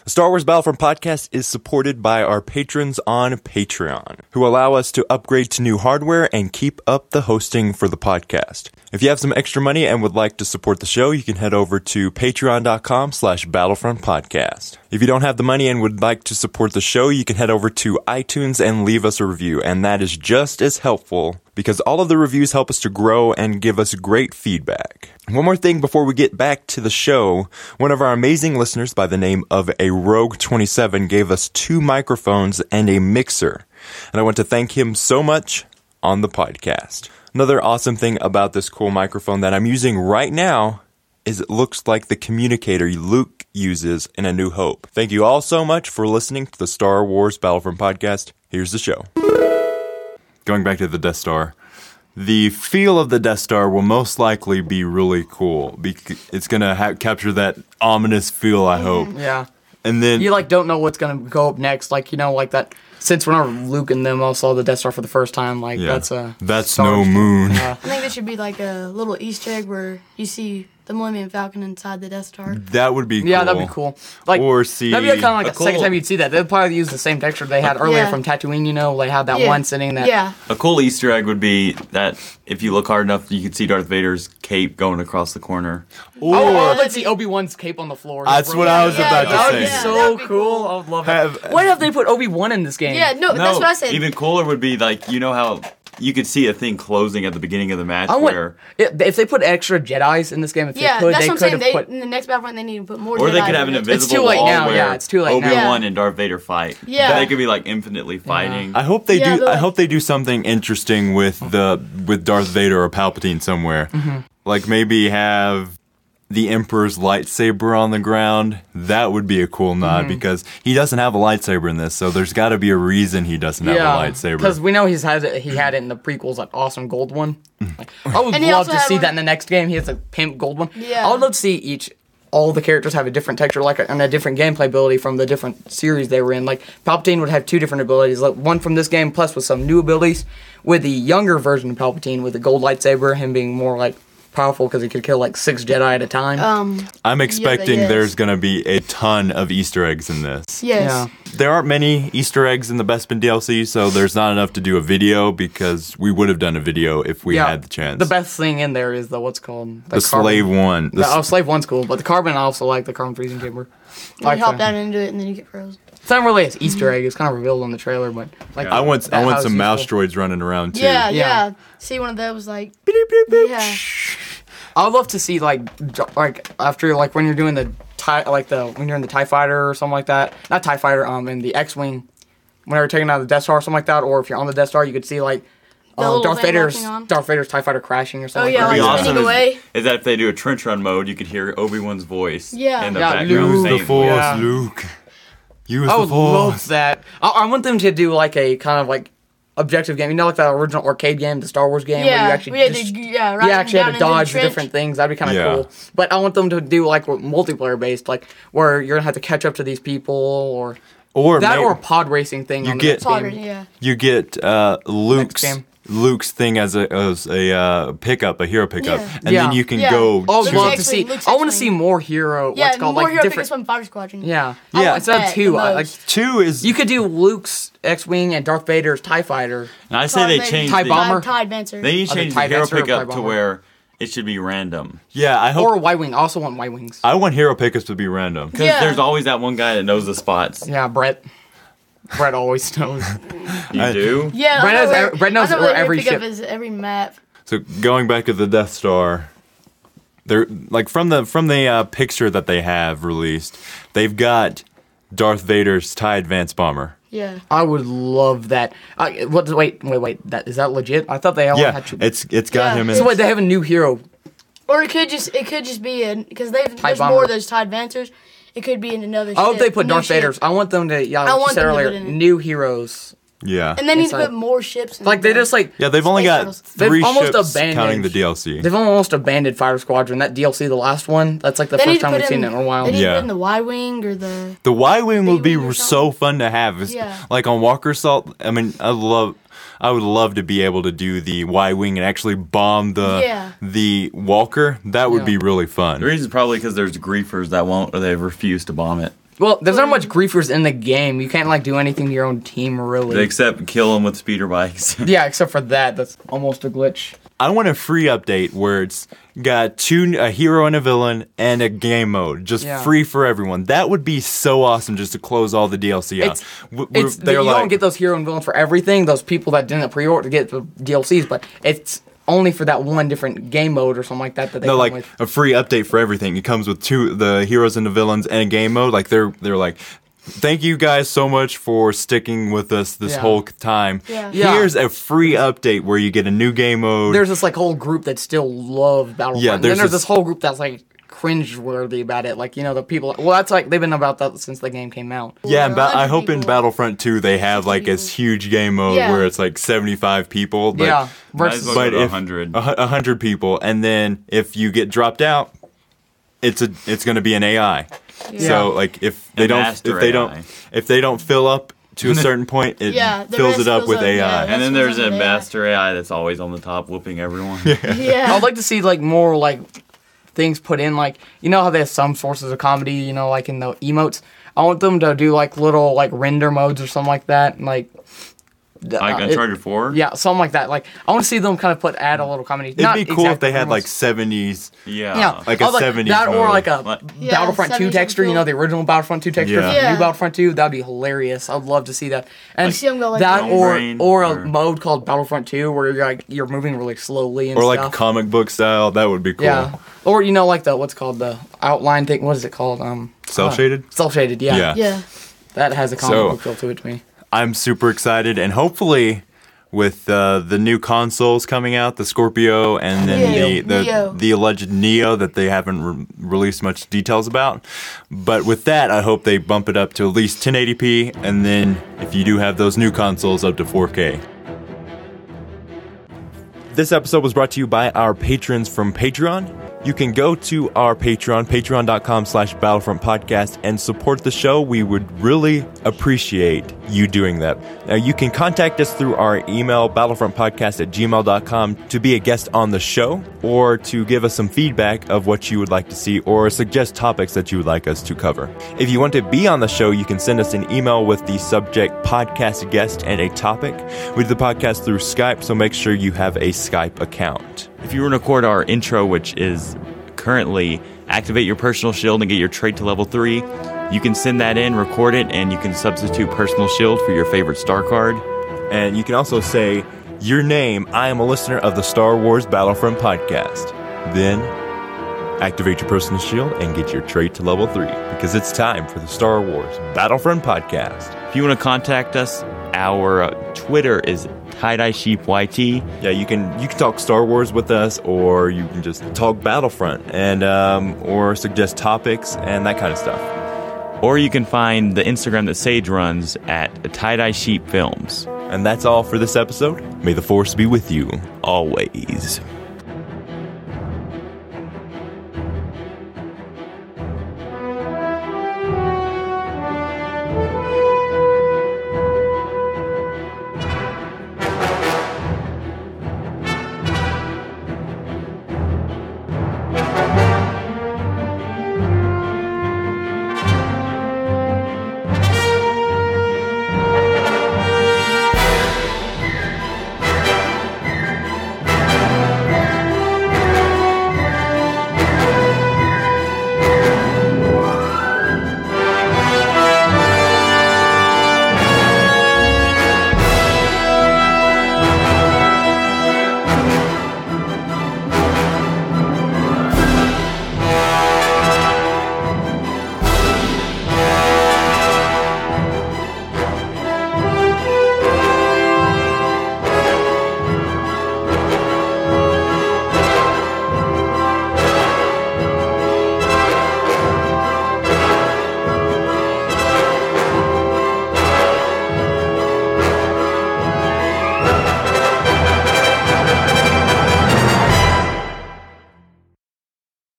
[SPEAKER 1] The Star Wars Battlefront podcast is supported by our patrons on Patreon, who allow us to upgrade to new hardware and keep up the hosting for the podcast. If you have some extra money and would like to support the show, you can head over to patreon.com slash battlefront podcast. If you don't have the money and would like to support the show, you can head over to iTunes and leave us a review, and that is just as helpful because all of the reviews help us to grow and give us great feedback. One more thing before we get back to the show. One of our amazing listeners by the name of a Rogue 27 gave us two microphones and a mixer. And I want to thank him so much on the podcast. Another awesome thing about this cool microphone that I'm using right now is it looks like the communicator Luke uses in A New Hope. Thank you all so much for listening to the Star Wars Battlefront podcast. Here's the show.
[SPEAKER 2] Going back to the Death Star, the feel of the Death Star will most likely be really cool. bec- It's gonna ha- capture that ominous feel, I hope.
[SPEAKER 3] Yeah.
[SPEAKER 2] And then
[SPEAKER 3] Mm-hmm. You like don't know what's gonna go up next, like you know, like that. Since whenever Luke and them all saw the Death Star for the first time, like
[SPEAKER 2] Yeah.
[SPEAKER 3] that's a
[SPEAKER 2] That's
[SPEAKER 3] Star
[SPEAKER 2] no
[SPEAKER 3] Wars-
[SPEAKER 2] moon.
[SPEAKER 3] Yeah.
[SPEAKER 4] I think there should be like a little Easter egg where you see the Millennium Falcon inside the Death Star.
[SPEAKER 2] that would be
[SPEAKER 3] Yeah, that'd be cool. Like
[SPEAKER 2] Or see
[SPEAKER 3] that'd be kind of like
[SPEAKER 5] a
[SPEAKER 3] a second
[SPEAKER 5] cool-
[SPEAKER 3] time you'd see that. They'd probably use the same texture they had earlier
[SPEAKER 4] Yeah.
[SPEAKER 3] from Tatooine. You know, they had that
[SPEAKER 4] Yeah.
[SPEAKER 3] one sitting that.
[SPEAKER 4] Yeah.
[SPEAKER 5] A cool Easter egg would be that if you look hard enough, you could see Darth Vader's cape going across the corner.
[SPEAKER 3] Oh,
[SPEAKER 4] that'd
[SPEAKER 3] let's see
[SPEAKER 4] be-
[SPEAKER 3] Obi Wan's cape on the floor.
[SPEAKER 2] That's what I was
[SPEAKER 4] Yeah,
[SPEAKER 2] about to say.
[SPEAKER 3] That
[SPEAKER 4] that
[SPEAKER 3] would be
[SPEAKER 4] Yeah,
[SPEAKER 3] so
[SPEAKER 4] that'd be
[SPEAKER 3] cool.
[SPEAKER 4] cool.
[SPEAKER 3] I would love that.
[SPEAKER 2] Have-
[SPEAKER 3] What if they put Obi Wan in this game?
[SPEAKER 4] Yeah, no, that's what I said.
[SPEAKER 5] Even cooler would be like you know how you could see a thing closing at the beginning of the match
[SPEAKER 3] I want
[SPEAKER 5] where,
[SPEAKER 3] if if they put extra Jedi's in this game. If they
[SPEAKER 4] yeah,
[SPEAKER 3] could,
[SPEAKER 4] that's
[SPEAKER 3] they
[SPEAKER 4] what I'm
[SPEAKER 3] could
[SPEAKER 4] saying. They,
[SPEAKER 3] have put.
[SPEAKER 4] in the next Battlefront, they need to put more
[SPEAKER 5] or they
[SPEAKER 4] Jedi
[SPEAKER 5] could have an
[SPEAKER 4] in it.
[SPEAKER 5] invisible
[SPEAKER 3] It's too late
[SPEAKER 5] wall
[SPEAKER 3] now,
[SPEAKER 5] where
[SPEAKER 3] yeah, it's too late now.
[SPEAKER 5] Obi Wan
[SPEAKER 4] Yeah.
[SPEAKER 5] and Darth Vader fight.
[SPEAKER 4] Yeah.
[SPEAKER 5] they could be like infinitely fighting.
[SPEAKER 2] I hope they
[SPEAKER 4] Yeah,
[SPEAKER 2] do.
[SPEAKER 4] they're
[SPEAKER 2] I
[SPEAKER 4] like-
[SPEAKER 2] hope they do something interesting with the with Darth Vader or Palpatine somewhere.
[SPEAKER 4] Mm-hmm.
[SPEAKER 2] Like maybe have the Emperor's lightsaber on the ground. That would be a cool nod
[SPEAKER 4] Mm-hmm.
[SPEAKER 2] because he doesn't have a lightsaber in this, so there's got to be a reason he doesn't have a
[SPEAKER 3] because
[SPEAKER 2] lightsaber.
[SPEAKER 3] we know he's had it, he had it in the prequels, that awesome gold one. Like, I would
[SPEAKER 4] And he
[SPEAKER 3] love
[SPEAKER 4] also
[SPEAKER 3] to
[SPEAKER 4] had
[SPEAKER 3] see that
[SPEAKER 4] one-
[SPEAKER 3] in the next game. He has a pimp gold one.
[SPEAKER 4] Yeah.
[SPEAKER 3] I would love to see each all the characters have a different texture, like and a different gameplay ability from the different series they were in. Like Palpatine would have two different abilities, like one from this game plus with some new abilities. With the younger version of Palpatine, with the gold lightsaber, him being more like powerful because he could kill like six Jedi at a time.
[SPEAKER 4] Um,
[SPEAKER 2] I'm expecting
[SPEAKER 4] yes.
[SPEAKER 2] there's gonna be a ton of Easter eggs in this.
[SPEAKER 4] yes.
[SPEAKER 3] yeah.
[SPEAKER 2] There aren't many Easter eggs in the Bespin DLC, so there's not enough to do a video because we would have done a video if we had the chance.
[SPEAKER 3] The best thing in there is the what's called
[SPEAKER 2] The slave one. The
[SPEAKER 3] The,
[SPEAKER 2] s-
[SPEAKER 3] oh, slave one's cool, but the carbon I also like the carbon freezing chamber.
[SPEAKER 4] You
[SPEAKER 3] Like
[SPEAKER 4] hop
[SPEAKER 3] that.
[SPEAKER 4] down into it and then you get frozen.
[SPEAKER 3] It's not really an Easter egg. It's kind of revealed on the trailer, but like
[SPEAKER 2] I want I
[SPEAKER 3] that
[SPEAKER 2] want
[SPEAKER 3] house
[SPEAKER 2] some
[SPEAKER 3] is
[SPEAKER 2] mouse
[SPEAKER 3] cool.
[SPEAKER 2] droids running around too.
[SPEAKER 3] Yeah.
[SPEAKER 4] Yeah, yeah, See one of those like. Yeah.
[SPEAKER 3] I'd love to see like d- like after like when you're doing the tie like the when you're in the Tie Fighter or something like that. Not Tie Fighter, um, in the X-wing. Whenever you're taking out the Death Star or something like that, or if you're on the Death Star, you could see like
[SPEAKER 4] The
[SPEAKER 3] um,
[SPEAKER 4] little
[SPEAKER 3] Darth
[SPEAKER 4] thing
[SPEAKER 3] Vader's
[SPEAKER 4] walking on. Oh,
[SPEAKER 3] Darth Vader's Tie Fighter crashing or something.
[SPEAKER 4] yeah,
[SPEAKER 3] like that.
[SPEAKER 5] That'd be
[SPEAKER 4] Like
[SPEAKER 5] awesome
[SPEAKER 4] spinning away.
[SPEAKER 5] is, is that if they do a trench run mode, you could hear Obi Wan's voice
[SPEAKER 4] Yeah.
[SPEAKER 5] in the
[SPEAKER 3] Yeah,
[SPEAKER 5] background.
[SPEAKER 3] Luke.
[SPEAKER 5] saying,
[SPEAKER 2] The force,
[SPEAKER 3] Yeah.
[SPEAKER 2] Luke. Use
[SPEAKER 3] I
[SPEAKER 2] the
[SPEAKER 3] would
[SPEAKER 2] force.
[SPEAKER 3] love that. I, I want them to do like a kind of like objective game. You know, like that original arcade game, the Star Wars game, where you
[SPEAKER 4] Yeah,
[SPEAKER 3] actually
[SPEAKER 4] we had to
[SPEAKER 3] just-
[SPEAKER 4] g- yeah,
[SPEAKER 3] you
[SPEAKER 4] ride
[SPEAKER 3] actually had
[SPEAKER 4] down
[SPEAKER 3] to
[SPEAKER 4] into the
[SPEAKER 3] dodge the
[SPEAKER 4] trench.
[SPEAKER 3] different things. That'd be kind of
[SPEAKER 2] Yeah.
[SPEAKER 3] cool. But I want them to do like what- multiplayer based, like where you're gonna have to catch up to these people or
[SPEAKER 2] Or
[SPEAKER 3] that
[SPEAKER 2] may-
[SPEAKER 3] or a pod racing thing.
[SPEAKER 2] You
[SPEAKER 3] on
[SPEAKER 2] get-
[SPEAKER 3] the next
[SPEAKER 4] Potter,
[SPEAKER 3] game.
[SPEAKER 4] yeah.
[SPEAKER 2] you get uh, Luke's
[SPEAKER 3] game.
[SPEAKER 2] Luke's thing as a as a uh, pickup, a hero pickup,
[SPEAKER 4] Yeah.
[SPEAKER 2] and then
[SPEAKER 3] Yeah.
[SPEAKER 2] you can
[SPEAKER 4] Yeah.
[SPEAKER 2] go.
[SPEAKER 3] I would
[SPEAKER 4] Luke's
[SPEAKER 3] love to
[SPEAKER 4] X-Wing,
[SPEAKER 3] see.
[SPEAKER 4] Luke's
[SPEAKER 3] I want to
[SPEAKER 4] X-wing.
[SPEAKER 3] see more hero.
[SPEAKER 4] Yeah,
[SPEAKER 3] what's called
[SPEAKER 4] more
[SPEAKER 3] like
[SPEAKER 4] hero
[SPEAKER 3] different.
[SPEAKER 4] biggest one five squadron.
[SPEAKER 3] Yeah,
[SPEAKER 4] I
[SPEAKER 2] Yeah.
[SPEAKER 4] want
[SPEAKER 3] Instead of
[SPEAKER 4] that
[SPEAKER 3] two,
[SPEAKER 4] the
[SPEAKER 3] I, like
[SPEAKER 4] most.
[SPEAKER 2] Two is
[SPEAKER 3] you could do Luke's X-wing and Darth Vader's Tie Fighter.
[SPEAKER 5] and I say they
[SPEAKER 4] Tide-
[SPEAKER 5] change
[SPEAKER 3] Tie
[SPEAKER 5] the,
[SPEAKER 3] bomber.
[SPEAKER 4] Tide Dancer.
[SPEAKER 5] They need
[SPEAKER 3] Oh,
[SPEAKER 5] to
[SPEAKER 3] the
[SPEAKER 5] change the
[SPEAKER 3] Tie
[SPEAKER 5] hero
[SPEAKER 3] Dancer or Tie
[SPEAKER 5] pickup to
[SPEAKER 3] Bomber.
[SPEAKER 5] where it should be random.
[SPEAKER 2] yeah. I hope
[SPEAKER 3] Or Y wing. I also want Y wings.
[SPEAKER 2] Oh. I want hero pickups to be random.
[SPEAKER 5] Because
[SPEAKER 4] Yeah.
[SPEAKER 5] there's always that one guy that knows the spots.
[SPEAKER 3] Yeah, Brett. Brett always knows.
[SPEAKER 5] You do?
[SPEAKER 4] yeah,
[SPEAKER 3] Brett
[SPEAKER 4] I know
[SPEAKER 3] knows
[SPEAKER 4] where-
[SPEAKER 3] every- Brett
[SPEAKER 4] I
[SPEAKER 3] knows
[SPEAKER 4] know
[SPEAKER 3] where
[SPEAKER 4] your
[SPEAKER 3] every
[SPEAKER 4] pickup
[SPEAKER 3] ship-
[SPEAKER 4] is every map.
[SPEAKER 2] So going back to the Death Star, they're like from the from the uh, picture that they have released, they've got Darth Vader's tie advance bomber.
[SPEAKER 4] Yeah.
[SPEAKER 3] I would love that. I, what? Wait, wait, wait. That is that legit? I thought they all
[SPEAKER 2] Yeah,
[SPEAKER 3] had to.
[SPEAKER 2] it's it's got
[SPEAKER 4] Yeah.
[SPEAKER 2] him in.
[SPEAKER 3] so wait, they have a new hero.
[SPEAKER 4] Or it could just it could just be an because they've there's
[SPEAKER 3] bomber.
[SPEAKER 4] more of those Tide Dancers. It could be in another.
[SPEAKER 3] I hope
[SPEAKER 4] ship,
[SPEAKER 3] they put
[SPEAKER 4] new
[SPEAKER 3] Darth
[SPEAKER 4] ship.
[SPEAKER 3] Vader's. I want them to. Yeah, like
[SPEAKER 4] I
[SPEAKER 3] you
[SPEAKER 4] want
[SPEAKER 3] said
[SPEAKER 4] them to put
[SPEAKER 3] earlier,
[SPEAKER 4] it in it.
[SPEAKER 3] new heroes.
[SPEAKER 2] yeah,
[SPEAKER 4] And they need to
[SPEAKER 3] Inside.
[SPEAKER 4] put more ships. In
[SPEAKER 3] Like they
[SPEAKER 4] there.
[SPEAKER 3] just like.
[SPEAKER 2] yeah. They've only
[SPEAKER 4] Space
[SPEAKER 2] got
[SPEAKER 4] battles.
[SPEAKER 3] They've
[SPEAKER 2] three
[SPEAKER 3] almost
[SPEAKER 2] ships
[SPEAKER 3] abandoned-
[SPEAKER 2] counting the DLC.
[SPEAKER 3] They've almost abandoned Fire Squadron. That DLC, the last one, that's like the
[SPEAKER 4] They need
[SPEAKER 3] first
[SPEAKER 4] to
[SPEAKER 3] time
[SPEAKER 4] put
[SPEAKER 3] we've seen it
[SPEAKER 4] in-
[SPEAKER 3] in a while.
[SPEAKER 4] They need to
[SPEAKER 2] Yeah.
[SPEAKER 4] put in the Y wing or the.
[SPEAKER 2] the Y wing would be
[SPEAKER 4] B-wing or
[SPEAKER 2] so fun to have. It's-
[SPEAKER 4] Yeah.
[SPEAKER 2] Like on Walker Salt, I mean, I love. I would love to be able to do the Y wing and actually bomb the
[SPEAKER 4] Yeah.
[SPEAKER 2] the Walker. That would
[SPEAKER 3] Yeah.
[SPEAKER 2] be really fun.
[SPEAKER 5] The reason probably because there's griefers that won't or they refuse to bomb it.
[SPEAKER 3] Well, there's not much griefers in the game. You can't like do anything to your own team really.
[SPEAKER 5] They accept kill them with speeder bikes.
[SPEAKER 3] yeah, except for that. That's almost a glitch.
[SPEAKER 2] I want a free update where it's got two a hero and a villain and a game mode, just
[SPEAKER 3] Yeah.
[SPEAKER 2] free for everyone. That would be so awesome just to close all the DLC out.
[SPEAKER 3] It's,
[SPEAKER 2] W- w-
[SPEAKER 3] it's the- you don't get those hero and villain for everything. Those people that didn't pre-order get the DLCs, but it's only for that one different game mode or something like that that they
[SPEAKER 2] No,
[SPEAKER 3] come
[SPEAKER 2] like
[SPEAKER 3] with.
[SPEAKER 2] a free update for everything. It comes with two the heroes and the villains and a game mode. Like they're they're like, thank you guys so much for sticking with us this
[SPEAKER 3] Yeah.
[SPEAKER 2] whole time.
[SPEAKER 4] Yeah.
[SPEAKER 3] Yeah.
[SPEAKER 2] Here's a free update where you get a new game mode.
[SPEAKER 3] There's this like whole group that still loves Battlefront.
[SPEAKER 2] Yeah,
[SPEAKER 3] and then
[SPEAKER 2] there's
[SPEAKER 3] there's
[SPEAKER 2] this-
[SPEAKER 3] this whole group that's like cringeworthy about it. Like you know the people. Well, that's like they've been about that since the game came out.
[SPEAKER 2] yeah, and ba-
[SPEAKER 4] Well,
[SPEAKER 2] I hope in
[SPEAKER 4] people-
[SPEAKER 2] Battlefront 2 they have like this huge game mode
[SPEAKER 4] Yeah.
[SPEAKER 2] where it's like 75 people. But,
[SPEAKER 3] yeah,
[SPEAKER 5] Might as
[SPEAKER 3] versus
[SPEAKER 5] well
[SPEAKER 2] but
[SPEAKER 5] Go to
[SPEAKER 2] if
[SPEAKER 5] 100.
[SPEAKER 2] a hu- a hundred people, and then if you get dropped out, it's a it's going to be an AI.
[SPEAKER 3] Yeah.
[SPEAKER 2] So like if they don't if
[SPEAKER 5] master
[SPEAKER 2] they
[SPEAKER 5] AI.
[SPEAKER 2] don't if they don't fill up to a certain point, it
[SPEAKER 4] Yeah, the
[SPEAKER 2] fills
[SPEAKER 4] rest
[SPEAKER 2] it up
[SPEAKER 4] fills
[SPEAKER 2] with
[SPEAKER 4] up,
[SPEAKER 2] AI.
[SPEAKER 4] yeah.
[SPEAKER 5] and then
[SPEAKER 4] That's
[SPEAKER 5] there's
[SPEAKER 4] what
[SPEAKER 5] a
[SPEAKER 4] I'm saying, yeah.
[SPEAKER 5] master AI that's always on the top whooping everyone.
[SPEAKER 4] Yeah.
[SPEAKER 3] I'd like to see like more like things put in like you know how there's some sources of comedy you know like in the emotes. I want them to do like little like render modes or something like that and like. uh,
[SPEAKER 5] Like
[SPEAKER 3] it-
[SPEAKER 5] Uncharted 4?
[SPEAKER 3] Yeah, something like that. Like I want to see them kind of put add a little comedy.
[SPEAKER 2] It'd be cool if they had like seventies.
[SPEAKER 5] Yeah.
[SPEAKER 3] yeah,
[SPEAKER 2] like a
[SPEAKER 3] I would
[SPEAKER 2] 70s
[SPEAKER 3] that or
[SPEAKER 2] mode.
[SPEAKER 3] like a
[SPEAKER 5] Like-
[SPEAKER 4] Uh, Yeah,
[SPEAKER 3] Battlefront 2
[SPEAKER 4] 70s
[SPEAKER 3] texture. You
[SPEAKER 4] would
[SPEAKER 3] know
[SPEAKER 4] cool.
[SPEAKER 3] the original Battlefront 2 texture
[SPEAKER 2] Yeah.
[SPEAKER 3] from the
[SPEAKER 4] Yeah.
[SPEAKER 3] new Battlefront 2. That'd be hilarious. I'd love to see that. And
[SPEAKER 4] see 'em go like
[SPEAKER 3] that
[SPEAKER 4] that.
[SPEAKER 3] or
[SPEAKER 5] Brain
[SPEAKER 3] or a
[SPEAKER 5] or-
[SPEAKER 3] mode called Battlefront 2 where you're like you're moving really slowly and
[SPEAKER 2] Or
[SPEAKER 3] stuff.
[SPEAKER 2] like comic book style, that would be cool.
[SPEAKER 3] Yeah. Or you know, like the what's called the outline thing. What is it called? Um,
[SPEAKER 2] Cell
[SPEAKER 3] uh,
[SPEAKER 2] shaded?
[SPEAKER 3] Cell shaded. Yeah.
[SPEAKER 2] Yeah.
[SPEAKER 4] yeah.
[SPEAKER 3] That has a comic
[SPEAKER 2] So-
[SPEAKER 3] book feel to it to me.
[SPEAKER 2] I'm super excited, and hopefully, with uh, the new consoles coming out, the Scorpio and then
[SPEAKER 4] Neo.
[SPEAKER 2] the the,
[SPEAKER 4] Neo.
[SPEAKER 2] the alleged Neo that they haven't re- released much details about. But with that, I hope they bump it up to at least 1080p, and then if you do have those new consoles, up to 4K.
[SPEAKER 1] This episode was brought to you by our patrons from Patreon. You can go to our Patreon, patreon.com slash Battlefront Podcast, and support the show. We would really appreciate you doing that. Now, you can contact us through our email, battlefrontpodcast at gmail.com, to be a guest on the show or to give us some feedback of what you would like to see or suggest topics that you would like us to cover. If you want to be on the show, you can send us an email with the subject podcast guest and a topic. We do the podcast through Skype, so make sure you have a Skype account.
[SPEAKER 5] If you want to record our intro, which is currently activate your personal shield and get your trait to level three, you can send that in, record it, and you can substitute personal shield for your favorite star card.
[SPEAKER 1] And you can also say your name. I am a listener of the Star Wars Battlefront podcast. Then activate your personal shield and get your trait to level three because it's time for the Star Wars Battlefront podcast.
[SPEAKER 5] If you want to contact us, our uh, Twitter is tie dye sheep yt.
[SPEAKER 1] Yeah, you can you can talk Star Wars with us, or you can just talk Battlefront and um, or suggest topics and that kind of stuff.
[SPEAKER 5] Or you can find the Instagram that Sage runs at tie dye sheep films.
[SPEAKER 1] And that's all for this episode. May the force be with you.
[SPEAKER 5] Always.